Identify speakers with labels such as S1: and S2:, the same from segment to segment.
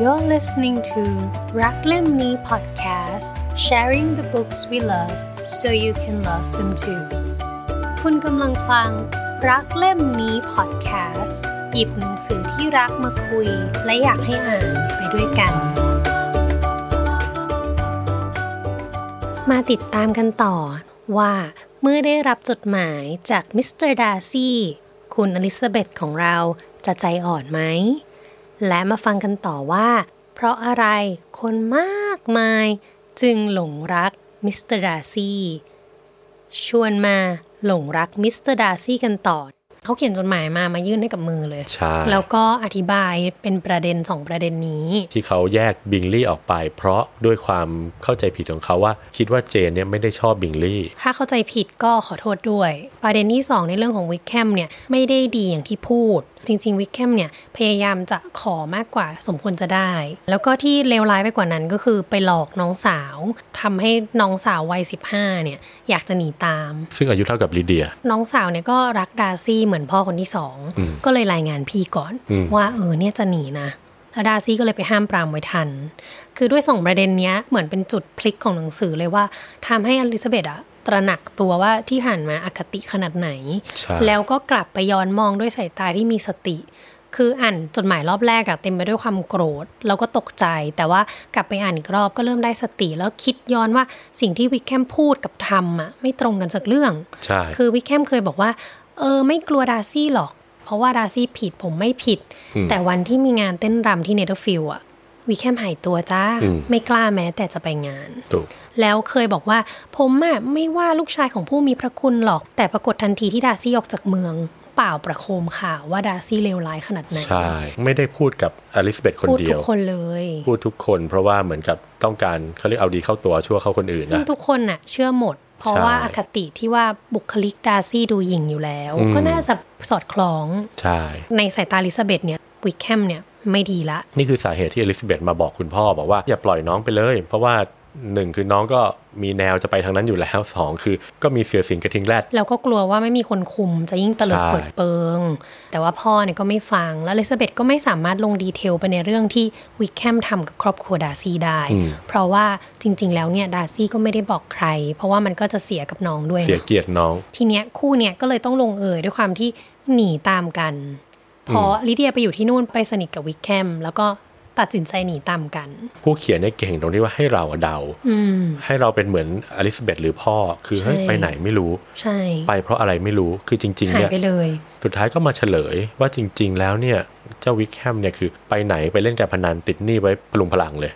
S1: You're listening to รักเล่มนี้ podcast sharing the books we love so you can love them too คุณกำลังฟัง รักเล่มนี้ podcast หยิบหนังสือที่รักมาคุย และอยากให้อ่านไปด้วยกัน มาติดตามกันต่อว่าเมื่อได้รับจดหมายจากมิสเตอร์ดาซี่คุณอลิซาเบธของเราจะใจอ่อนไหม และมาฟังกันต่อว่า เพราะอะไรคนมากมายจึงหลงรักมิสเตอร์ดาซี่ชวนมาหลงรักมิสเตอร์ดาซี่กันต่อ เขาเขียนจดหมายมามายื่นให้กับมือเลย
S2: ใช่
S1: แล้วก็อธิบายเป็นประเด็นสองประเด็นนี้
S2: ที่เขาแยกบิงลี่ออกไป เพราะด้วยความเข้าใจผิดของเขาว่า คิดว่าเจนเนี่ยไม่ได้ชอบบิงลี่
S1: ถ้าเข้าใจผิดก็ขอโทษด้วย ประเด็นที่ 2 ในเรื่องของวิกแคมเนี่ยไม่ได้ดีอย่างที่พูด จริง ๆ วิกแคมเนี่ยพยายามจะขอมากกว่าสมควรจะได้ แล้วก็ที่เลวร้ายไปกว่านั้นก็คือไปหลอกน้องสาวทำให้น้องสาววัย 15 เนี่ยอยากจะหนีตาม
S2: ซึ่งอายุเท่ากับลิเดีย
S1: น้องสาวเนี่ยก็รักดาร์ซี่เหมือนพ่อคนที่สอง
S2: อืม
S1: ก็เลยรายงานพี่ก่อน
S2: อืม
S1: ว่าเออเนี่ยจะหนีนะแล้วดาร์ซี่ก็เลยไปห้ามปรามไว้ทัน คือด้วยสองประเด็นเนี้ยเหมือนเป็นจุดพลิกของหนังสือเลยว่าทำให้อลิซาเบธอะตระหนักตัวว่าที่ผ่านมาอคติขนาดไหน
S2: ใช่
S1: แล้วก็กลับไปย้อนมองด้วยสายตาที่มีสติ คืออ่านจดหมายรอบแรกอะเต็มไปด้วยความโกรธ แล้วก็ตกใจ แต่ว่ากลับไปอ่านอีกรอบก็เริ่มได้สติ แล้วคิดย้อนว่าสิ่งที่วิกแคมพูดกับทำอะไม่ตรงกันสักเรื่อง
S2: ใช่
S1: คือวิกแคมเคยบอกว่า เออ ไม่กลัวดาร์ซี่หรอก เพราะว่าดาร์ซี่ผิดผมไม่ผิด
S2: ม
S1: แต่วันที่มีงานเต้นรำที่เนเธอร์ฟิลด์อะวิกแคมหายตัวจ้า
S2: อืม
S1: ไม่กล้าแม้แต่จะไปงาน
S2: ถูก
S1: แล้วเคยบอกว่า ผมอะไม่ว่าลูกชายของผู้มีพระคุณหรอก แต่ปรากฏทันทีที่ดาร์ซี่ออกจากเมือง เปล่าประโคมข่าวว่าดาร์ซี่เลวร้ายขนาดไหน
S2: ใช่ ไม่ได้พูดกับอลิซาเบธคน
S1: พูด
S2: เดี
S1: ทุ
S2: ย
S1: ก
S2: ว
S1: คนเลย
S2: พูดทุกคนเพราะว่าเหมือนกับต้องการเขาเรียกเอาดีเข้าตัวชั่วเข้าคนอื่น
S1: ซึ่ง
S2: นะ
S1: ทุกคนน่ะเชื่อหมด เพราะ
S2: ใช่
S1: ว่าอคติที่ว่าบุคลิกดาร์ซี่ดูหยิ่งอยู่แล้ว
S2: อืม
S1: ก็น่าจะสอดคล้อง
S2: ใช่
S1: ในสายตาลิซาเบธเนี่ยวิกแคมเนี่ยไม่ดีละ
S2: นี่คือสาเหตุที่อลิซาเบธมาบอกคุณพ่อบอกว่าอย่าปล่อยน้องไปเลย เพราะว่าหนึ่งคือน้องก็มีแนวจะไปทางนั้นอยู่แล้วสองคือก็มีเสือสิงกระทิงแรด
S1: แล้วก็กลัวว่าไม่มีคนคุมจะยิ่งเตลิด
S2: ใช่
S1: เปิดเปิง แต่ว่าพ่อเนี่ยก็ไม่ฟัง แล้วอลิซาเบธก็ไม่สามารถลงดีเทลไปในเรื่องที่วิกแคมทำกับครอบครัวดาร์ซี่ได้
S2: อืม
S1: เพราะว่าจริง ๆ แล้วเนี่ยดาร์ซี่ก็ไม่ได้บอกใคร เพราะว่ามันก็จะเสียกับน้องด้วย
S2: เสีย
S1: นะ
S2: เกียรติน้อง
S1: ทีเนี้ยคู่เนี่ยก็เลยต้องลงเอยด้วยความที่หนีตามกัน พอลิเดียไปอยู่ที่นู่นไปสนิทกับวิกแคมแล้วก็ตัดสินใจหนีตามกัน
S2: ผู้เขียนเนี่ยเก่งตรงที่ว่าให้เราอะเดา
S1: อืม
S2: ให้เราเป็นเหมือนอลิซาเบธหรือพ่อ คือ
S1: ใช่
S2: เฮ้ยไปไหนไม่รู้
S1: ใช่
S2: ไปเพราะอะไรไม่รู้ คือจริง ๆ
S1: หาย
S2: เนี่ย
S1: ไปเลย
S2: สุดท้ายก็มาเฉลยว่าจริง ๆ แล้วเนี่ย เจ้าวิกแฮมเนี่ยคือไปไหนไปเล่นการพนันติดหนี้ไว้พลุงพลังเลย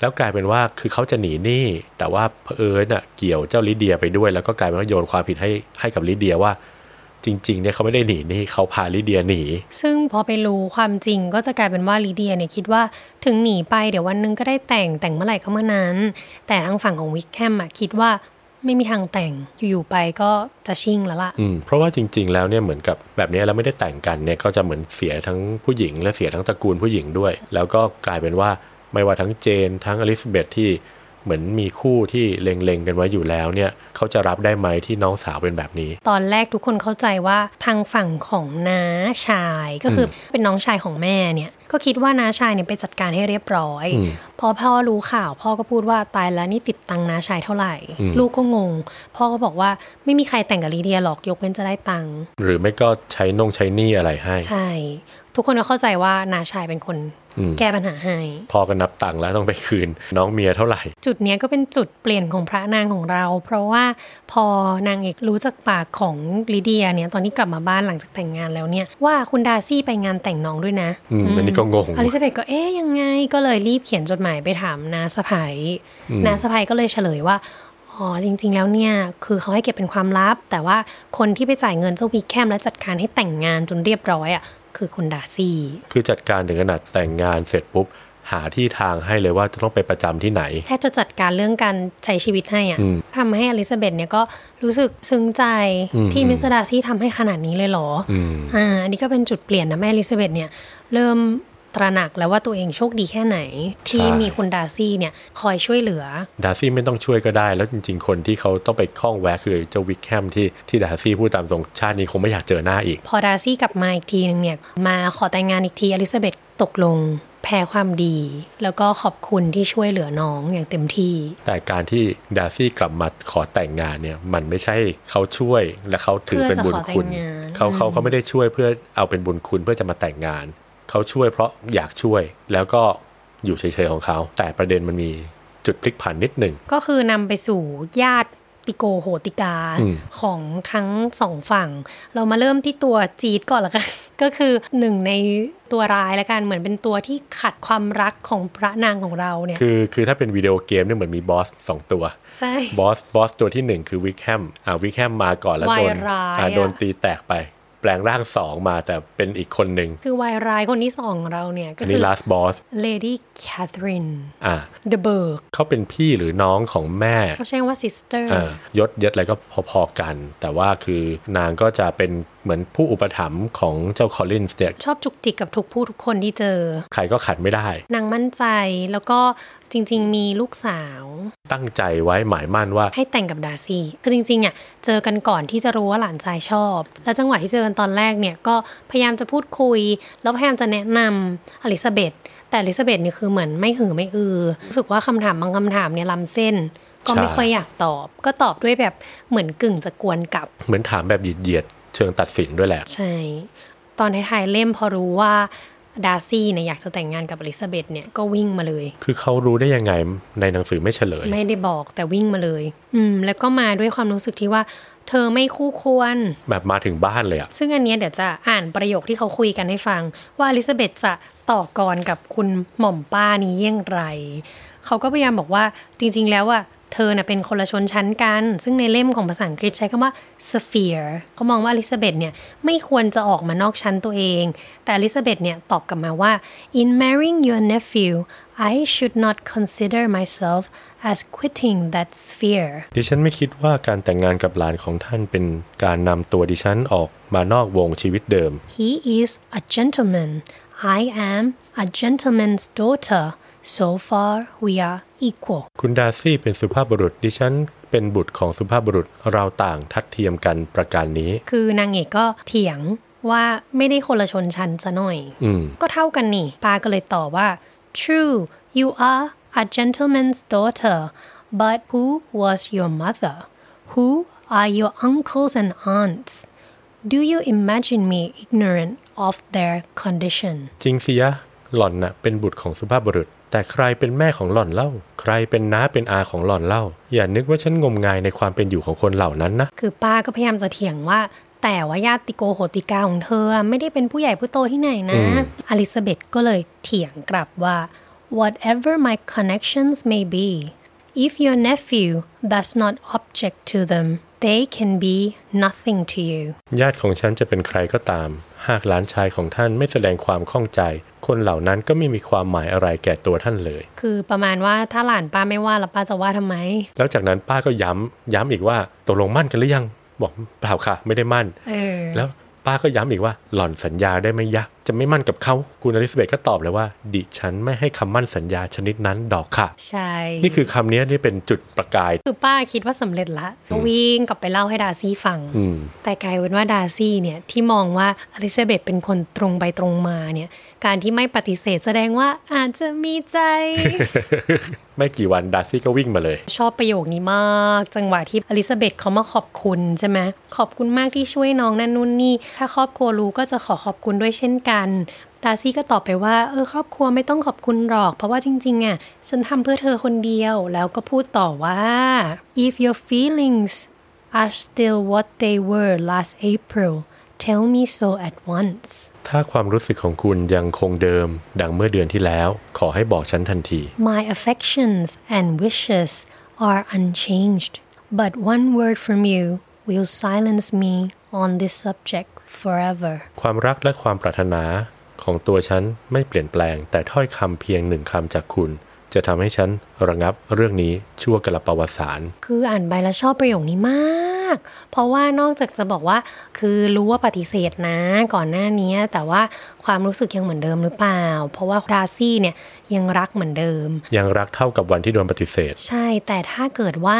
S2: แล้วกลายเป็นว่าคือเขาจะหนีหนี้ แต่ว่าเผอิญน่ะเกี่ยวเจ้าลิเดียไปด้วย แล้วก็กลายเป็นว่าโยนความผิดให้ให้กับลิเดียว่า จริง ๆ เนี่ยเขาไม่ได้หนีหนี้เขาพาลิเดียหนี
S1: ซึ่งพอไปรู้ความจริงก็จะกลายเป็นว่าลีเดียเนี่ยคิดว่าถึงหนีไปเดี๋ยววันหนึงก็ได้แต่งแต่งเมื่อไหร่ก็เมื่อนั้น แต่ทางฝั่งของวิกแคมอะคิดว่าไม่มีทางแต่งอยู่ๆไปก็จะชิ่งแล้วล่ะ
S2: อืมเพราะว่าจริง ๆ แล้วเนี่ยเหมือนกับแบบนี้แล้วไม่ได้แต่งกันเนี่ยก็จะเหมือนเสียทั้งผู้หญิง และเสียทั้งตระกูลผู้หญิงด้วย แล้วก็กลายเป็นว่าไม่ว่าทั้งเจน ทั้งอลิซาเบธที่เหมือนมีคู่ที่เล็งๆกันไว้อยู่แล้วเนี่ยเขาจะรับได้ไหมที่น้องสาวเป็นแบบนี้
S1: ตอนแรกทุกคนเข้าใจว่าทางฝั่งของน้าชายก็คืออเป็นน้องชายของแม่เนี่ย ก็คิดว่าน้าชายเนี่ยไปจัดการให้เรียบร้อย
S2: อืม
S1: พอพ่อรู้ข่าวพ่อก็พูดว่าตายแล้วนี่ติดตังค์น้าชายเท่าไหร่
S2: อืม
S1: ลูกก็งง พ่อก็บอกว่าไม่มีใครแต่งกับลีเดียหรอกยกเว้นจะได้ตังค์
S2: หรือไม่ก็ใช้นงใช้หนี่อะไรให้
S1: ใช่ ทุกคนก็เข้าใจว่านาชายเป็นคน
S2: อืม
S1: แก้ปัญหาให้
S2: พอกันนับตังค์แล้วต้องไปคืน น้องเมียเท่าไหร่
S1: จุดเนี้ยก็เป็นจุดเปลี่ยนของพระนางของเรา เพราะว่าพอนางเอกรู้จากปากของลิเดียเนี่ยตอนที่กลับมาบ้านหลังจากแต่งงานแล้วเนี่ยว่าคุณดาร์ซี่ไปงานแต่งน้องด้วยนะ
S2: อืมอันนี้ก็งง
S1: อลิซาเบธก็เอ๊ยยังไงก็เลยรีบเขียนจดหมายไปถามนาสะพาย
S2: อืม
S1: นาสะพายก็เลยเฉลยว่าอ๋อจริง ๆ แล้วเนี่ยคือเขาให้เก็บเป็นความลับ แต่ว่าคนที่ไปจ่ายเงินเจ้าวีแคมและจัดการให้แต่งงานจนเรียบร้อยอ่ะคือคุณดาร์ซี่
S2: คือจัดการถึงขนาดแต่งงานเสร็จปุ๊บหาที่ทางให้เลยว่าจะต้องไปประจำที่ไหน
S1: แทบจะจัดการเรื่องการใช้ชีวิตให้อะ
S2: อืม
S1: ทำให้อลิซาเบธเนี่ยก็รู้สึกซึ้งใจ
S2: อืม
S1: ที่มิสเตอร์ดาซี่ทำให้ขนาดนี้เลยเหรอ
S2: อืม
S1: อ่าอันนี้ก็เป็นจุดเปลี่ยนนะแม่อลิซาเบธเนี่ย เริ่ม ตระหนักแล้วว่าตัวเองโชคดีแค่ไหน ที่
S2: ใช่
S1: มีคุณดาซี่เนี่ยคอยช่วยเหลือ
S2: ดาร์ซี่ไม่ต้องช่วยก็ได้ แล้วจริง ๆ คนที่เขาต้องไปข้องแวะคือเจ้าวิกแฮมที่ที่ดาร์ซี่พูดตามตรงชาตินี้คงไม่อยากเจอหน้าอีก
S1: พอดาซี่กลับมาอีกทีหนึงเนี่ย มาขอแต่งงานอีกทีอลิซาเบธตกลง แพ้ความดี แล้วก็ขอบคุณที่ช่วยเหลือน้องอย่างเต็มที่
S2: แต่การที่ดาร์ซี่กลับมาขอแต่งงานเนี่ย มันไม่ใช่เขาช่วยและเขาถือเป็นบุญคุณ
S1: เพื่อจะขอแต่งงาน
S2: เขาเขา
S1: อืม
S2: เขาไม่ได้ช่วยเพื่อเอาเป็นบุญคุณเพื่อจะมาแต่งงาน เขาช่วยเพราะอยากช่วยแล้วก็อยู่เฉยๆของเขา แต่ประเด็นมันมีจุดพลิกผันนิดหนึ่ง
S1: ก็คือนำไปสู่ญาติติโกโหติกา
S2: อืม
S1: ของทั้งสองฝั่ง เรามาเริ่มที่ตัวจีดก่อนละกัน ก็คือหนึ่งในตัวร้ายละกันเหมือนเป็นตัวที่ขัดความรักของพระนางของเราเนี่ย
S2: คือคือถ้าเป็นวิดีโอเกมเนี่ยเหมือนมีบอสสองตัว
S1: ใช่
S2: บอสบอสตัวที่หนึ่งคือวิกแฮมอ่าวิกแฮมมาก่อนแล้วโดน
S1: วายร้าย
S2: อ่าโดนตีแตกไป แปลงร่างสองมาแต่เป็นอีกคนหนึ่ง
S1: คือวายร้ายคนที่สองของเราเนี่ย ก็
S2: อัน
S1: คื
S2: นี้
S1: อ
S2: ลาสบอส
S1: Lady Catherine
S2: อ่า
S1: de Bourgh
S2: เขาเป็นพี่หรือน้องของแม่
S1: เขาใช้ว่า sister
S2: อ่ายศยศอะไรก็พอๆกัน แต่ว่าคือนางก็จะเป็นเหมือนผู้อุปถัมภ์ของเจ้าคอลลินส์เนี่ย
S1: ชอบจุกจิกกับทุกผู้ทุกคนที่เจอ
S2: ใครก็ขัดไม่ได้
S1: นางมั่นใจแล้วก็จริง ๆ มีลูกสาว
S2: ตั้งใจไว้หมายมั่นว่า
S1: ให้แต่งกับดาร์ซี่ คือจริงๆอ่ะเจอกันก่อนที่จะรู้ว่าหลานชายชอบ แล้วจังหวะที่เจอกันตอนแรกเนี่ยก็พยายามจะพูดคุย แล้วพยายามจะแนะนำอลิซาเบธ แต่อลิซาเบธเนี่ยคือเหมือนไม่หือไม่อือ รู้สึกว่าคำถามบางคำถามเนี่ยล้ำเส้น ก็ไม่
S2: ใช่
S1: ค่อยอยากตอบ ก็ตอบด้วยแบบเหมือนกึ่งจะกวนกลับ
S2: เหมือนถามแบบเหยียดๆเชิงตัดสินด้วยแหละ
S1: ใช่ ตอนท้ายๆเล่มพอรู้ว่าดาร์ซี่เนี่ยอยากจะแต่งงานกับอลิซาเบธเนี่ยก็วิ่งมาเลย
S2: คือเขารู้ได้ยังไงในหนังสือไม่เฉลย
S1: ไม่ได้บอกแต่วิ่งมาเลย อืม แล้วก็มาด้วยความรู้สึกที่ว่า เธอไม่คู่ควร
S2: แบบมาถึงบ้านเลยอะ
S1: ซึ่งอันเนี้ยเดี๋ยวจะอ่านประโยคที่เขาคุยกันให้ฟัง ว่าอลิซาเบธจะต่อกรกับคุณหม่อมป้านี้เยี่ยงไร เขาก็พยายามบอกว่าจริงๆแล้วอ่ะเธอน่ะเป็นคนละชนชั้นกัน ซึ่งในเล่มของภาษาอังกฤษใช้คำว่า sphere เขามองว่าอลิซาเบธเนี่ยไม่ควรจะออกมานอกชั้นตัวเอง แต่อลิซาเบธเนี่ยตอบกลับมาว่า in marrying your nephew I should not consider myself as quitting that sphere
S2: ดิฉันไม่คิดว่าการแต่งงานกับหลานของท่านเป็นการนำตัวดิฉันออกมานอกวงชีวิตเดิม
S1: He is a gentleman. I am a gentleman's daughter. So far, we are equal.
S2: คุณดาร์ซี่เป็นสุภาพบุรุษดิฉันเป็นบุตรของสุภาพบุรุษเราต่างทัดเทียมกันประการนี้
S1: คือนางเอกก็เถียงว่าไม่ได้คนละชนชั้นซะหน่อย
S2: อืม
S1: ก็เท่ากันนี่ ปาก็เลยตอบว่า True, you are a gentleman's daughter, but who was your mother? Who are your uncles and aunts? Do you imagine me ignorant of their condition?
S2: จริงสิยะหล่อนน่ะเป็นบุตรของสุภาพบุรุษ แต่ใครเป็นแม่ของหล่อนเล่า ใครเป็นน้าเป็นอาของหล่อนเล่า อย่านึกว่าฉันงมงายในความเป็นอยู่ของคนเหล่านั้นนะ
S1: คือป้าก็พยายามจะเถียงว่า แต่ว่าญาติโกโหติกาของเธอ ไม่ได้เป็นผู้ใหญ่ผู้โตที่ไหนนะ อลิซาเบธก็เลยเถียงกลับว่า whatever my connections may be if your nephew does not object to them they can be nothing to you
S2: ญาติของฉันจะเป็นใครก็ตาม หากหลานชายของท่านไม่แสดงความข้องใจ คนเหล่านั้นก็ไม่มีความหมายอะไรแก่ตัวท่านเลย
S1: คือประมาณว่าถ้าหลานป้าไม่ว่าแล้วป้าจะว่าทำไม
S2: แล้วจากนั้นป้าก็ย้ำย้ำอีกว่าตกลงมั่นกันหรือยัง บอกเปล่าค่ะ ไม่ได้มั่น
S1: เออ
S2: แล้วป้าก็ย้ำอีกว่าหล่อนสัญญาได้ไหม่ยะจะไม่มั่นกับเขาคุณอลิซาเบธก็ตอบเลยว่า ดิฉันไม่ให้คำมั่นสัญญาชนิดนั้นดอกค่ะ
S1: ใช่
S2: นี่คือคำนี้นี่เป็นจุดประกาย
S1: คือป้าคิดว่าสำเร็จละก็วิ่งกลับไปเล่าให้ดาร์ซี่ฟัง
S2: อืม
S1: แต่กลายเป็นว่าดาร์ซี่เนี่ยที่มองว่าอลิซาเบธเป็นคนตรงไปตรงมาเนี่ยการที่ไม่ปฏิเสธแสดงว่าอาจจะมีใจ
S2: ไม่กี่วันดาร์ซี่ก็วิ่งมาเลย
S1: ชอบประโยคนี้มาก จังหวะที่อลิซาเบธเขามาขอบคุณใช่ไหมขอบคุณมากที่ช่วยน้องนั่นนู่นนี่ ถ้าครอบครัวรู้ก็จะขอขอบคุณด้วยเช่นกันดาร์ซี่ก็ตอบไปว่าเออครอบครัวไม่ต้องขอบคุณหรอก เพราะว่าจริงๆอ่ะฉันทำเพื่อเธอคนเดียวแล้วก็พูดต่อว่า if your feelings are still what they were last April tell me so at once
S2: ถ้าความรู้สึกของคุณยังคงเดิม ดังเมื่อเดือนที่แล้ว ขอให้บอกฉันทันที
S1: My affections and wishes are unchanged, but one word from you will silence me on this subject forever.
S2: ความรักและความปรารถนาของตัวฉันไม่เปลี่ยนแปลง แต่ถ้อยคำเพียงหนึ่งคำจากคุณ จะทำให้ฉันระงับเรื่องนี้ชั่วกระปวสาร
S1: คืออ่านไปแล้วชอบประโยคนี้มาก าก เพราะว่านอกจากจะบอกว่า คือรู้ว่าปฏิเสธนะก่อนหน้านี้ แต่ว่าความรู้สึกยังเหมือนเดิมหรือเปล่า เพราะว่าดาร์ซี่เนี่ยยังรักเหมือนเดิม
S2: ยังรักเท่ากับวันที่โดนปฏิเสธ
S1: ใช่แต่ถ้าเกิดว่า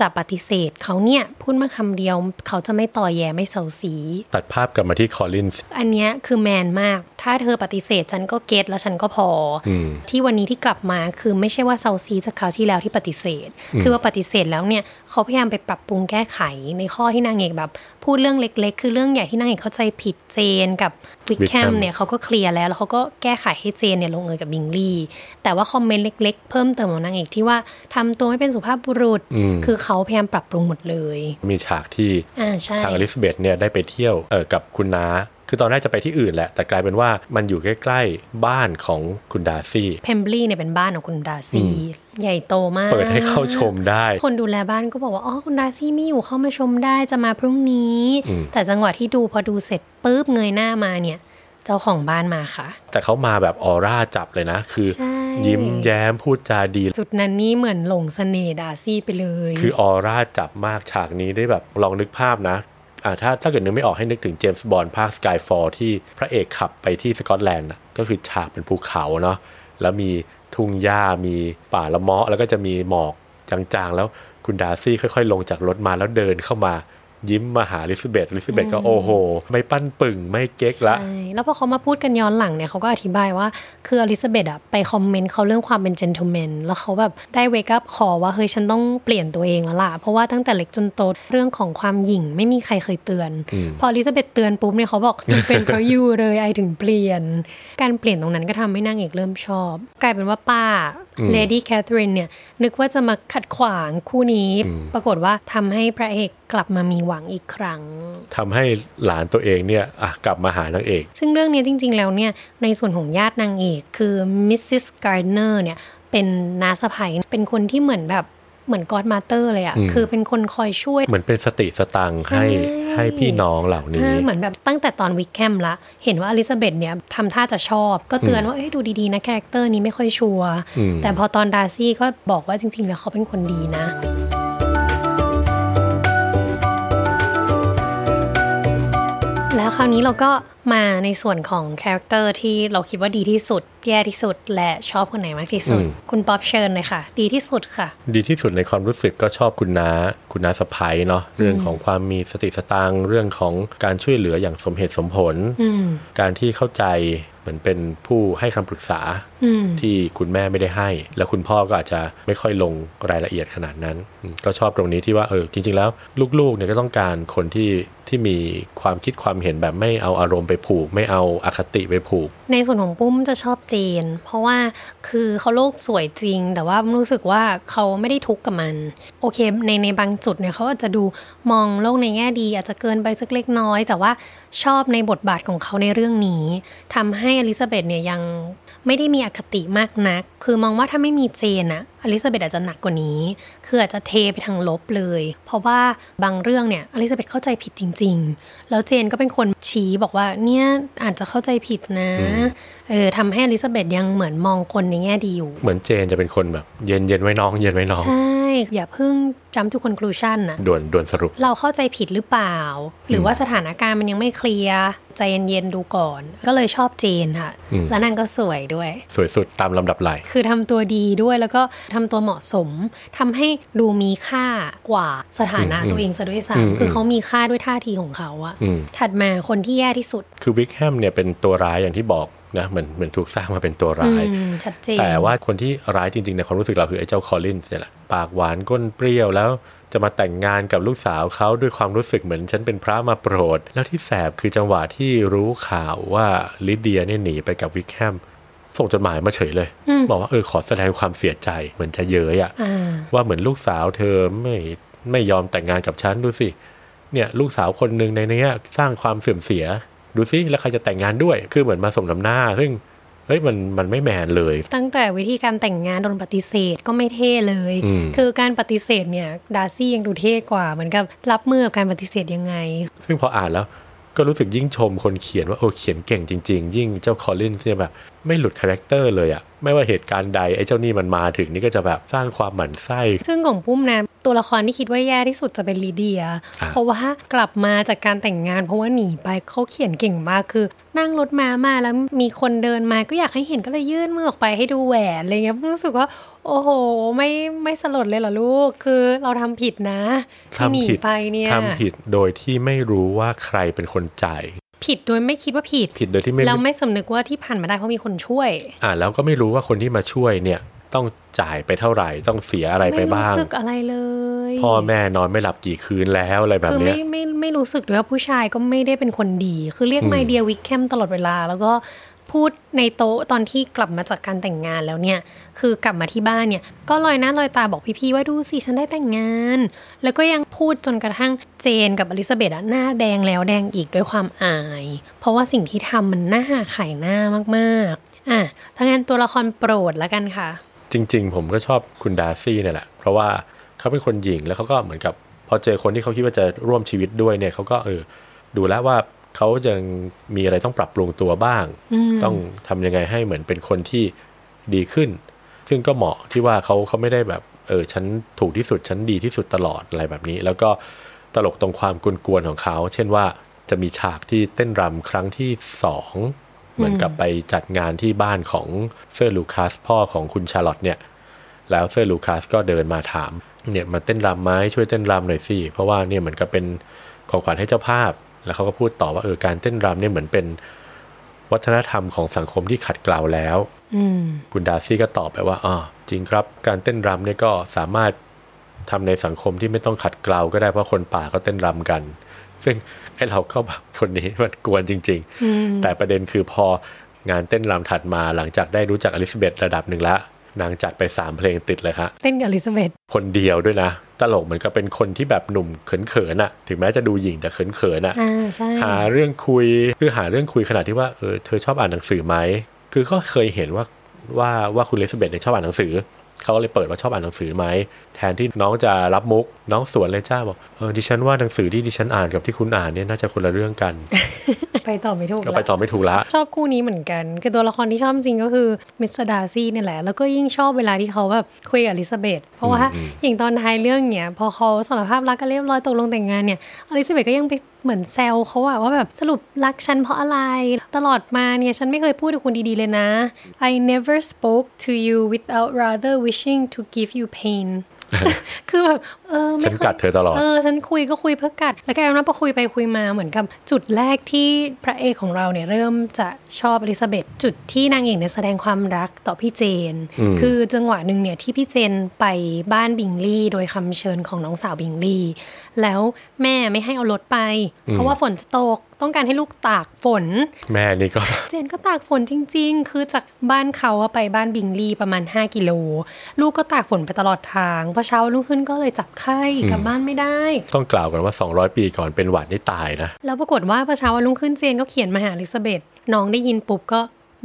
S1: จะปฏิเสธเขาเนี่ยพูดมาคำเดียว เขาจะไม่ต่อแย่ไม่เสาสี
S2: ตัดภาพกลับมาที่คอลินส์
S1: อันเนี้ยคือแมนมาก ถ้าเธอปฏิเสธฉันก็เก็ตแล้วฉันก็พออ
S2: อืม
S1: ที่วันนี้ที่กลับมาคือไม่ใช่ว่าเซาซีจากคราวที่แล้วที่ปฏิเสธ
S2: อืม
S1: คือว่าปฏิเสธแล้วเนี่ยเขาพยายามไปปรับปรุงแก้ไขในข้อที่นางเอกแบบ พูดเรื่องเล็กๆ คือเรื่องใหญ่ที่นางเอกเข้าใจผิดเจนกับวิกแคม
S2: Wickham
S1: เนี่ยเขาก็เคลียร์แล้วแล้วเขาก็แก้ไขให้เจนเนี่ยลงเอยกับบิงลี่ แต่ว่าคอมเมนต์เล็ก ๆ เพิ่มเติมของนางเอกที่ว่าทำตัวไม่เป็นสุภาพบุรุษ
S2: อืม
S1: คือเขาพยายามปรับปรุงหมดเลย
S2: มีฉากที่
S1: อ่าใช่
S2: ทางอลิซาเบธเนี่ยได้ไปเที่ยวเออกับคุณน้า คือตอนแรกจะไปที่อื่นแหละ แต่กลายเป็นว่ามันอยู่ใกล้ๆบ้านของคุณดาร์ซี่
S1: เพมเบลีย์เนี่ยเป็นบ้านของคุณดาร์ซี่ ใหญ่โตมาก
S2: เปิดให้เข้าชมได้
S1: คนดูแลบ้านก็บอกว่า อ๋อ คุณดาร์ซี่ไม่อยู่เข้ามาชมได้จะมาพรุ่งนี้
S2: อืม
S1: แต่จังหวะที่ดูพอดูเสร็จปุ๊บเงยหน้ามาเนี่ย เจ้าของบ้านมาค่ะ
S2: แต่เขามาแบบออร่าจับเลยนะ คือ
S1: ใช่
S2: ยิ้มแย้มพูดจาดี
S1: จุดนั้นนี่เหมือนหลงเสน่ห์ดาร์ซี่ไปเลย
S2: คือออร่าจับมากฉากนี้ได้แบบลองนึกภาพนะอ่าถ้าถ้าเกิดนึกไม่ออกให้นึกถึงเจมส์บอนด์ภาค Skyfall ที่พระเอกขับไปที่สกอตแลนด์นะก็คือฉากเป็นภูเขาเนาะแล้วมีทุ่งหญ้ามีป่าละเมาะ แล้วก็จะมีหมอกจางๆ แล้วคุณดาร์ซี่ค่อยๆ ลงจากรถมาแล้วเดินเข้ามายิ้มมาหาลิซเบธลิซเบธก็โอ้โห ไม่ปั้นปึ่งไม่เก๊กละ
S1: ใช่แล้วพอเขามาพูดกันย้อนหลังเนี่ยเขาก็อธิบายว่าคืออลิซาเบธอะไปคอมเมนต์เขาเรื่องความเป็นเจน t l e m แมนแล้วเขาแบบได้เวกั p ขอว่าเฮ้ยฉันต้องเปลี่ยนตัวเองแล้วล่ะ เพราะว่าตั้งแต่เล็กจนโตเรื่องของความหยิ่งไม่มีใครเคยเตือน
S2: อืม
S1: พออลิซาเบธเตือนปุ๊บเนี่ยเขาบอก มันเป็นเพราะยูเลยไอถึงเปลี่ยน การเปลี่ยนตรงนั้นก็ทำให้นางเอกเริ่มชอบ กลายเป็นว่าป้าเลดี้แคทเธอรีนเนี่ยนึกว่าจะมาขัดขวางคู่นี้ ปรากฏว่าทำให้พระเอกกลับมามีหวังอีกครั้ง
S2: ทำให้หลานตัวเองเนี่ยอ่ะกลับมาหานางเอก
S1: ซึ่งเรื่องเนี้ยจริง ๆ แล้วเนี่ยในส่วนของญาตินางเอกคือมิสซิสการ์เนอร์เนี่ยเป็นน้าสะใภ้เป็นคนที่เหมือนแบบเหมือนกอดมาเตอร์เลยอะ่ะ
S2: อืม
S1: คือเป็นคนคอยช่วย
S2: เหมือนเป็นสติสตังค์ให้
S1: ใช่
S2: ให้พี่น้องเหล่านี้
S1: อ่าเหมือนแบบตั้งแต่ตอนวิกแคมละ เห็นว่าอลิซาเบธเนี่ยทำท่าจะชอบ ก็เตือนว่าเอ้ยดูดี ๆ นะคาแรคเตอร์นี้ไม่ค่อยชัวร์
S2: อืม
S1: แต่พอตอนดาร์ซี่ก็บอกว่าจริง ๆ แล้วเขาเป็นคนดีนะ แล้วคราวนี้เราก็มาในส่วนของคาแรคเตอร์ที่เราคิดว่าดีที่สุด แย่ที่สุด และชอบคนไหนมากที่สุด
S2: อืม
S1: คุณป๊อปเชิญเลยค่ะ ดีที่สุดค่ะ
S2: ดีที่สุดในความรู้สึกก็ชอบคุณน้า คุณน้าสะพ้ยเนาะเรื่องของความมีสติสตางค์เรื่องของการช่วยเหลืออย่างสมเหตุสมผล
S1: อืม
S2: การที่เข้าใจเหมือนเป็นผู้ให้คำปรึกษา
S1: อืม
S2: ที่คุณแม่ไม่ได้ให้ แล้วคุณพ่อก็อาจจะไม่ค่อยลงรายละเอียดขนาดนั้นอืมก็ชอบตรงนี้ที่ว่าเออจริง ๆ แล้วลูกๆเนี่ยก็ต้องการคนที่ที่มีความคิดความเห็นแบบไม่เอาอารมณ์ไปผูก ไม่เอาอคติไปผูก
S1: ในส่วนของปุ้มจะชอบเจน เพราะว่าคือเขาโลกสวยจริง แต่ว่ารู้สึกว่าเขาไม่ได้ทุกข์กับมัน โอเค ในในบางจุดเนี่ยเขาอาจจะดูมองโลกในแง่ดี อาจจะเกินไปสักเล็กน้อย แต่ว่าชอบในบทบาทของเขาในเรื่องนี้ทำให้อลิซาเบธเนี่ยยังไม่ได้มีอคติมากนัก คือมองว่าถ้าไม่มีเจนอะอลิซาเบธอาจจะหนักกว่านี้ คืออาจจะเทไปทางลบเลย เพราะว่าบางเรื่องเนี่ยอลิซาเบธเข้าใจผิดจริง ๆ แล้วเจนก็เป็นคนชี้บอกว่าเนี่ยอาจจะเข้าใจผิดนะ เออทำให้อลิซาเบธยังเหมือนมองคนในแง่ดีอยู่
S2: เหมือนเจนจะเป็นคนแบบเย็นเย็นๆไว้น้องเย็นไว้น้อง
S1: ใช่อย่าเพิ่งจำทุกคนคลูชันนะ
S2: ด่วนด่วนสรุป
S1: เราเข้าใจผิดหรือเปล่า หรือว่าสถานการณ์มันยังไม่เคลียร์ใจเย็นๆดูก่อน ก็เลยชอบเจนค่ะ
S2: อืม
S1: แล้วนางก็สวยด้วย
S2: สวยสุดตามลำดับไหล
S1: คือทำตัวดีด้วยแล้วก็ทำตัวเหมาะสมทำให้ดูมีค่ากว่าสถานะ
S2: อืม
S1: ตัวเองซะด้วย
S2: อืม
S1: ซ้ำคือเขามีค่าด้วยท่าทีของเขาอะ
S2: อืม
S1: ถัดมาคนที่แย่ที่สุด
S2: คือวิกแฮมเนี่ยเป็นตัวร้ายอย่างที่บอกนะเหมือนเหมือนถูกสร้างมาเป็นตัว
S1: อื
S2: ร้าย
S1: มชัดเจน
S2: แต่ว่าคนที่ร้ายจริงๆ ในความรู้สึกเราคือไอ้เจ้าคอลลินส์เนี่ยแหละปากหวานก้นเปรี้ยวแล้วจะมาแต่งงานกับลูกสาวเขาด้วยความรู้สึกเหมือนฉันเป็นพระมาโปรด แล้วที่แสบคือจังหวะที่รู้ข่าวว่าลิเดียเนี่ยหนีไปกับวิกแฮมส่งจดหมายมาเฉยเลย
S1: อืม
S2: บอกว่าเออขอแสดงความเสียใจเหมือนจะเย้ยอะ
S1: อ่า
S2: ว่าเหมือนลูกสาวเธอไม่ไม่ยอมแต่งงานกับฉันดูสิ เนี่ยลูกสาวคนหนึ่งในเนี้ยสร้างความเสื่อมเสีย ดูสิแล้วใครจะแต่งงานด้วย คือเหมือนมาสมน้ำหน้า ซึ่งเฮ้ยมันมันไม่แมนเลย
S1: ตั้งแต่วิธีการแต่งงานโดนปฏิเสธก็ไม่เท่เลย
S2: อืม
S1: คือการปฏิเสธเนี่ยดาร์ซี่ยังดูเท่กว่า เหมือนกับรับมือกับการปฏิเสธยังไง
S2: ซึ่งพออ่านแล้วก็รู้สึกยิ่งชมคนเขียนว่าโอ้เขียนเก่งจริง ๆ ยิ่งเจ้าคอลลินส์เนี่ยแบบไม่หลุดคาแรคเตอร์เลยอะไม่ว่าเหตุการณ์ใดไอ้เจ้านี่มันมาถึงนี่ก็จะแบบสร้างความหมั่นไส้
S1: ซึ่งของปุ้มนะ ตัวละครที่คิดว่าแย่ที่สุดจะเป็นลีเดีย
S2: อ่ะ
S1: เพราะว่ากลับมาจากการแต่งงาน เพราะว่าหนีไปเขาเขียนเก่งมากคือ นั่งรถมามาแล้วมีคนเดินมาก็อยากให้เห็นก็เลยยื่นมือออกไปให้ดูแหวนอะไรเงี้ยรู้สึกว่า โอ้โห ไม่ไม่สลดเลยเหรอลูก คือเราทำผิดนะที่หนี
S2: ทำผิด
S1: ไปเนี่ย
S2: ทำผิดโดยที่ไม่รู้ว่าใครเป็นคนจ่าย
S1: ผิดโดยไม่คิดว่าผิด
S2: ผิดโดยที่ไม่
S1: แล้วไม่สำนึกว่าที่ผ่านมาได้เพราะมีคนช่วย
S2: อ่าแล้วก็ไม่รู้ว่าคนที่มาช่วยเนี่ยต้องจ่ายไปเท่าไหร่ ต้องเสียอะไรไปบ้าง
S1: รู้สึกอะไรเลย
S2: พ่อแม่นอนไม่หลับกี่คืนแล้วอะไรแบบ
S1: คือ
S2: เนี้
S1: ไม่
S2: ย
S1: ไม่ไม่รู้สึกด้วยว่าผู้ชายก็ไม่ได้เป็นคนดี คือเรียก
S2: อืม
S1: ไมเดียวิกแคมตลอดเวลา แล้วก็พูดในโต๊ะตอนที่กลับมาจากการแต่งงานแล้วเนี่ย คือกลับมาที่บ้านเนี่ย ก็ลอยหน้าลอยตาบอกพี่ๆว่าดูสิฉันได้แต่งงาน แล้วก็ยังพูดจนกระทั่งเจนกับอลิซาเบธอะหน้าแดงแล้วแดงอีกด้วยความอาย เพราะว่าสิ่งที่ทำมันหน้าขายหน้ามากๆอ่ะถ้างั้นตัวละครโปรดละกันค่ะ
S2: จริง ๆ ผมก็ชอบคุณดาร์ซี่เนี่ยแหละ เพราะว่าเขาเป็นคนหญิงแล้วเขาก็เหมือนกับ พอเจอคนที่เขาคิดว่าจะร่วมชีวิตด้วยเนี่ยเขาก็เออดูแล้วว่าเขายังมีอะไรต้องปรับปรุงตัวบ้าง ต้องทำยังไงให้เหมือนเป็นคนที่ดีขึ้น ซึ่งก็เหมาะที่ว่าเขาเขาไม่ได้แบบเออฉันถูกที่สุดฉันดีที่สุดตลอดอะไรแบบนี้ แล้วก็ตลกตรงความกวนๆของเขา เช่นว่าจะมีฉากที่เต้นรำครั้งที่สองเหมือนกับไปจัดงานที่บ้านของเซอร์ลูคัสพ่อของคุณชาร์ลอตเนี่ย แล้วเซอร์ลูคัสก็เดินมาถาม เนี่ยมาเต้นรำไหมช่วยเต้นรำหน่อยสิเพราะว่าเนี่ยเหมือนกับเป็นของขวัญให้เจ้าภาพ แล้วเขาก็พูดต่อว่าเออการเต้นรำเนี่ยเหมือนเป็นวัฒนธรรมของสังคมที่ขัดเกลาแล้ว
S1: อืม
S2: คุณดาซี่ก็ตอบไปว่าอ๋อจริงครับ การเต้นรำเนี่ยก็สามารถทำในสังคมที่ไม่ต้องขัดเกลาก็ได้เพราะคนป่าก็เต้นรำกัน ซึ่งไอ้เราก็แบบคนนี้มันกวนจริง ๆ แต่ประเด็นคือพองานเต้นรำถัดมาหลังจากได้รู้จักอลิซาเบธระดับหนึ่งละนางจัดไปสามเพลงติดเลยฮะ
S1: เต้นกับอลิซาเบธ
S2: คนเดียวด้วยนะ ตลกเหมือนกับเป็นคนที่แบบหนุ่มเขินๆอะถึงแม้จะดูหญิงแต่เขินๆอะ
S1: อ่าใช่
S2: หาเรื่องคุยคือหาเรื่องคุยขนาดที่ว่าเออเธอชอบอ่านหนังสือไหมคือก็เคยเห็นว่าว่าว่าคุณเลสเบตเนี่ยชอบอ่านหนังสือเขาก็เลยเปิดว่าชอบอ่านหนังสือไหมแทนที่น้องจะรับมุก น้องสวนเลยจ้าบอกเออดิฉันว่าหนังสือที่ดิฉันอ่านกับที่คุณอ่านเนี่ยน่าจะคนละเรื่อง กัน
S1: ไปต่อไม่ถูก
S2: ก็ไป
S1: ละ
S2: ต่อไม่ถู กละ
S1: ชอบคู่นี้เหมือนกัน คือตัวละครที่ชอบจริงก็คือมิสเตอร์ดาซี่เนี่ยแหละ แล้วก็ยิ่งชอบเวลาที่เขาแบบคุยกับอลิซาเบธเพราะว่า
S2: อืม
S1: อย่างตอนท้ายเรื่องเนี่ย พอเขาสารภาพรักกันเรียบร้อยตกลงแต่งงานเนี่ยอลิซาเบธก็ยังไปเหมือนแซวเขาอะว่าแบบสรุปรักฉันเพราะอะไร ตลอดมาเนี่ยฉันไม่เคยพูดกับคุณดีๆเลยนะ I never spoke to you without rather wishing to give you pain คือแบบเออ
S2: ฉัน
S1: ไม่เคย
S2: กัดเธอตลอด
S1: เออฉันคุยก็คุยเพื่อกัด แล้วกลายเป็นว่าพอคุยไปคุยมาเหมือนกับจุดแรกที่พระเอกของเราเนี่ยเริ่มจะชอบอลิซาเบธจุดที่นางเอกเนี่ยแสดงความรักต่อพี่เจน
S2: อืม
S1: คือจังหวะหนึ่งเนี่ยที่พี่เจนไปบ้านบิงลี่ โดยคำเชิญของน้องสาวบิงลี่ แล้วแม่ไม่ให้เอารถไป เพราะว่าฝนจะตกต้องการให้ลูกตากฝน
S2: แม่นี่ก็
S1: เจนก็ตากฝนจริง ๆ คือจากบ้านเขาอะไปบ้านบิงลี่ประมาณ 5 กิโล ลูกก็ตากฝนไปตลอดทาง พอเช้าลูกขึ้นก็เลยจับไข้กลับบ้านไม่ได้
S2: ต้องกล่าวกันว่า 200 ปีก่อนเป็นหวัดนี่ตายนะ
S1: แล้วปรากฏว่าพอเช้าวันรุ่งขึ้นเจนก็เขียนมาหาอลิซาเบธน้องได้ยินปุ๊บก็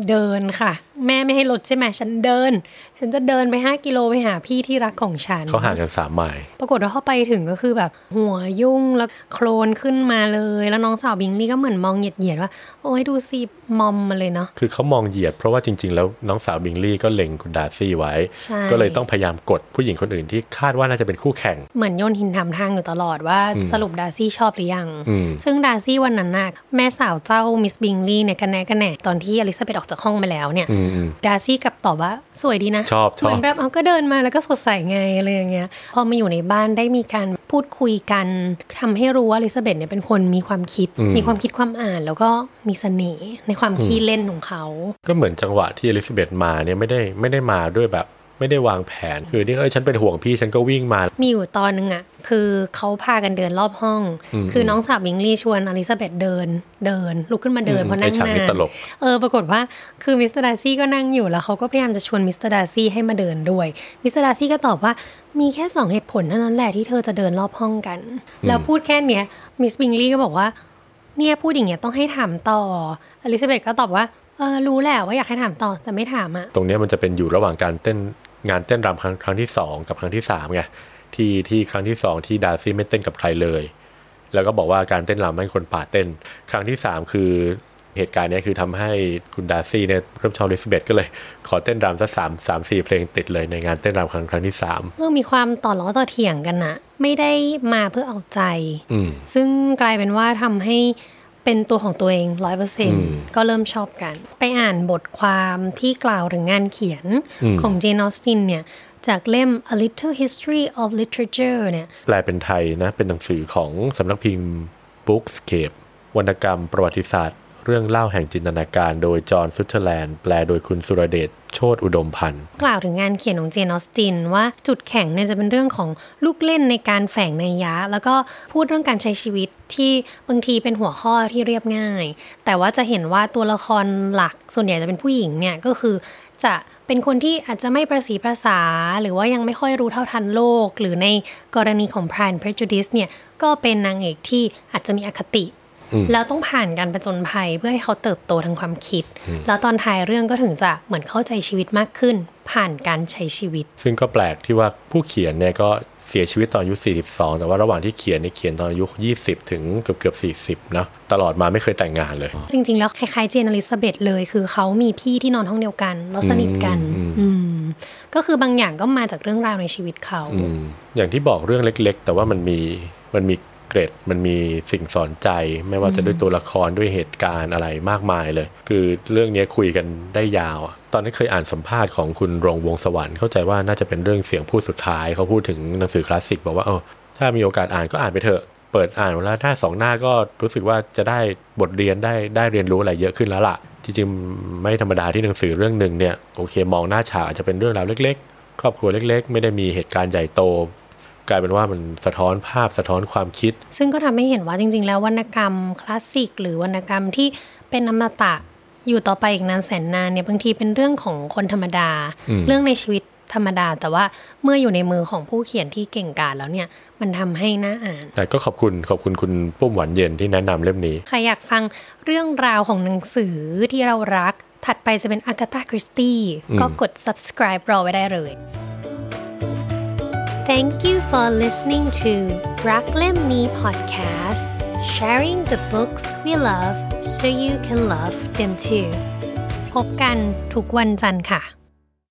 S1: เดินค่ะ แม่ไม่ให้รถใช่ไหมฉันเดิน ฉันจะเดินไป 5 กิโลไปหาพี่ที่รักของฉัน
S2: เขาห่างกันสามไมล์
S1: ปรากฏว่าพอไปถึงก็คือแบบหัวยุ่งแล้วโคลนขึ้นมาเลย แล้วน้องสาวบิงลี่ก็เหมือนมองเหยียดๆว่า โอ้ยดูสิมอมมาเลยเนาะ
S2: คือเขามองเหยียดเพราะว่าจริง ๆ แล้วน้องสาวบิงลี่ก็เล็งคุณดาร์ซี่ไว้
S1: ใช่
S2: ก็เลยต้องพยายามกดผู้หญิงคนอื่นที่คาดว่าน่าจะเป็นคู่แข่ง
S1: เหมือนโยนหินถามทางอยู่ตลอดว่าสรุปดาร์ซี่ชอบหรือยัง
S2: อืม
S1: ซึ่งดาร์ซี่วันนั้นน่ะแม่สาวเจ้ามิสบิงลี่เนี่ยกันแน่กันแน่ตอนที่อลิซาเบธออกจากห้องไปแล้วเนี่ย
S2: อืม
S1: ดาร์ซี่กลับตอบว่าสวยดีนะ
S2: ชอบชอบ
S1: เหมือนแบบเอาก็เดินมาแล้วก็สดใสไงอะไรอย่างเงี้ย พอมาอยู่ในบ้านได้มีการพูดคุยกันทำให้รู้ว่าอลิซาเบธเนี่ยเป็นคนมีความคิด มีความคิดความอ่านแล้วก็มีเสน่ห์ในความขี้เล่นของเขา
S2: ๆก็เหมือนจังหวะที่อลิซาเบธมาเนี่ยไม่ได้ไม่ได้มาด้วยแบบ ไม่ได้วางแผน คือนี่เอ้ยฉันเป็นห่วงพี่ฉันก็วิ่งมา
S1: มีอยู่ตอนหนึ่งอะคือเขาพากันเดินรอบห้อง คือน้องสาววิงลี่ชวนอลิซาเบธเดินเดิน ลุกขึ้นมาเดิน
S2: อืม
S1: เพราะนั่ง
S2: ไอ้ฉาก
S1: นา
S2: นี้
S1: น
S2: ตลก
S1: เออปรากฏว่าคือมิสเตอร์ดาซี่ก็นั่งอยู่แล้วเขาก็พยายามจะชวนมิสเตอร์ดาซี่ให้มาเดินด้วยมิสเตอร์ดาซี่ก็ตอบว่ามีแค่สองเหตุผลเท่านั้นแหละที่เธอจะเดินรอบห้องกัน แล้วพูดแค่เนี้ยมิสวิงลี่ก็บอกว่า เนี่ยพูดอย่างเงี้ยต้องให้ถามต่ออลิซาเบธก็ตอบว่าเออรู้แหละว่าอยากให้ถามต่อแต่ไม่ถามอะ
S2: ตรงเนี้ยมันจะเป็นอยู่ระหว่างการเต้นงานเต้นรำครั้งครั้งที่สองกับครั้งที่สามไงที่ที่ครั้งที่สองที่ดาร์ซี่ไม่เต้นกับใครเลย แล้วก็บอกว่าการเต้นรำให้คนป่าเต้น ครั้งที่สามคือ เหตุการณ์เนี้คือทำให้คุณดาร์ซี่เนี่ยเริ่มชอบลิซเบตก็เลย ขอเต้นรำสักสามสามสี่เพลงติดเลยในงานเต้นรำครั้งครั้งที่สาม
S1: เออมีความต่อล้อต่อเถียงกันนะไม่ได้มาเพื่อเอาใจ
S2: อืม
S1: ซึ่งกลายเป็นว่าทำให้เป็นตัวของตัวเองร้อยเปอร์เซ็น
S2: ม
S1: ก็เริ่มชอบกัน ไปอ่านบทความที่กล่าวถึงงานเขียน
S2: อืม
S1: ของเจนอสตินเนี่ย จากเล่ม A Little History of Literature เนี่ย
S2: แปลเป็นไทยนะ เป็นหนังสือของสำนักพิมพ์ Bookscape วรรณกรรมประวัติศาสตร์ เรื่องเล่าแห่งจินตนาการโดยจอห์นซุตเทอร์แลนด์แปลโดยคุณสุรเดชโชติอุดมพันธ์
S1: กล่าวถึงงานเขียนของเจนอสตินว่าจุดแข็งเนี่ยจะเป็นเรื่องของลูกเล่นในการแฝงในยยะ แล้วก็พูดเรื่องการใช้ชีวิตที่บางทีเป็นหัวข้อที่เรียบง่าย แต่ว่าจะเห็นว่าตัวละครหลักส่วนใหญ่จะเป็นผู้หญิงเนี่ยก็คือจะเป็นคนที่อาจจะไม่ประสีประสา หรือว่ายังไม่ค่อยรู้เท่าทันโลก หรือในกรณีของ Pride and Prejudice เนี่ยก็เป็นนางเอกที่อาจจะมีอคติ
S2: อืม
S1: แล้วต้องผ่านการประจนภัยเพื่อให้เขาเติบโตทางความคิด แล้วตอนท้ายเรื่องก็ถึงจะเหมือนเข้าใจชีวิตมากขึ้น ผ่านการใช้ชีวิต
S2: ซึ่งก็แปลกที่ว่าผู้เขียนเนี่ยก็เสียชีวิตตอนอายุ 42 แต่ว่าระหว่างที่เขียนเนี่ยเขียนตอนอายุ 20 ถึงเกือบเกือบ40นะตลอดมาไม่เคยแต่งงานเลย
S1: จริง ๆ แล้วคล้ายๆเจนอลิซาเบธเลย คือเขามีพี่ที่นอนห้องเดียวกัน แล้วสนิทกัน อืมก็คือบางอย่างก็มาจากเรื่องราวในชีวิตเขา
S2: อืมอย่างที่บอกเรื่องเล็กๆ แต่ว่ามันมีมันมีเกร็ดมันมีสิ่งสอนใจ ไม่ว่าจะด้วยตัวละครด้วยเหตุการณ์อะไรมากมายเลย คือเรื่องเนี้ยคุยกันได้ยาวอะตอนนี้นเคยอ่านสัมภาษณ์ของคุณรงวงศ์สวรรค์เข้าใจว่าน่าจะเป็นเรื่องเสียงพูดสุดท้ายเขาพูดถึงหนังสือคลาสสิกบอกว่าเออถ้ามีโอกาสอ่านก็อ่านไปเถอะ เปิดอ่านวันละหน้าสองหน้าก็รู้สึกว่าจะได้บทเรียนได้ได้เรียนรู้อะไรเยอะขึ้นแล้วล่ะ จริงๆไม่ธรรมดาที่หนังสือเรื่องหนึ่งเนี่ยโอเค มองหน้าฉากอาจจะเป็นเรื่องราวเล็ก ๆ ครอบครัวเล็ก ๆ ไม่ได้มีเหตุการณ์ใหญ่โต กลายเป็นว่ามันสะท้อนภาพสะท้อนความคิด
S1: ซึ่งก็ทำให้เห็นว่าจริง ๆ แล้ววรรณกรรมคลาสสิก หรือวรรณกรรมที่เป็นอมตะอยู่ต่อไปอีกนานแสนนานเนี่ยบางทีเป็นเรื่องของคนธรรมดา
S2: อืม
S1: เรื่องในชีวิตธรรมดา แต่ว่าเมื่ออยู่ในมือของผู้เขียนที่เก่งกาจแล้วเนี่ยมันทำให้น่าอ่าน
S2: แต่ก็ขอบคุณขอบคุณคุณปุ้มหวานเย็นที่แนะนำเล่มนี้
S1: ใครอยากฟังเรื่องราวของหนังสือที่เรารัก ถัดไปจะเป็นอากาตาคริสตี้
S2: อืม
S1: ก็กด subscribe รอไว้ได้เลย Thank you for listening to รักเล่มนี้ podcast sharing the books we love so you can love them too พบกันทุกวันจันทร์ค่ะ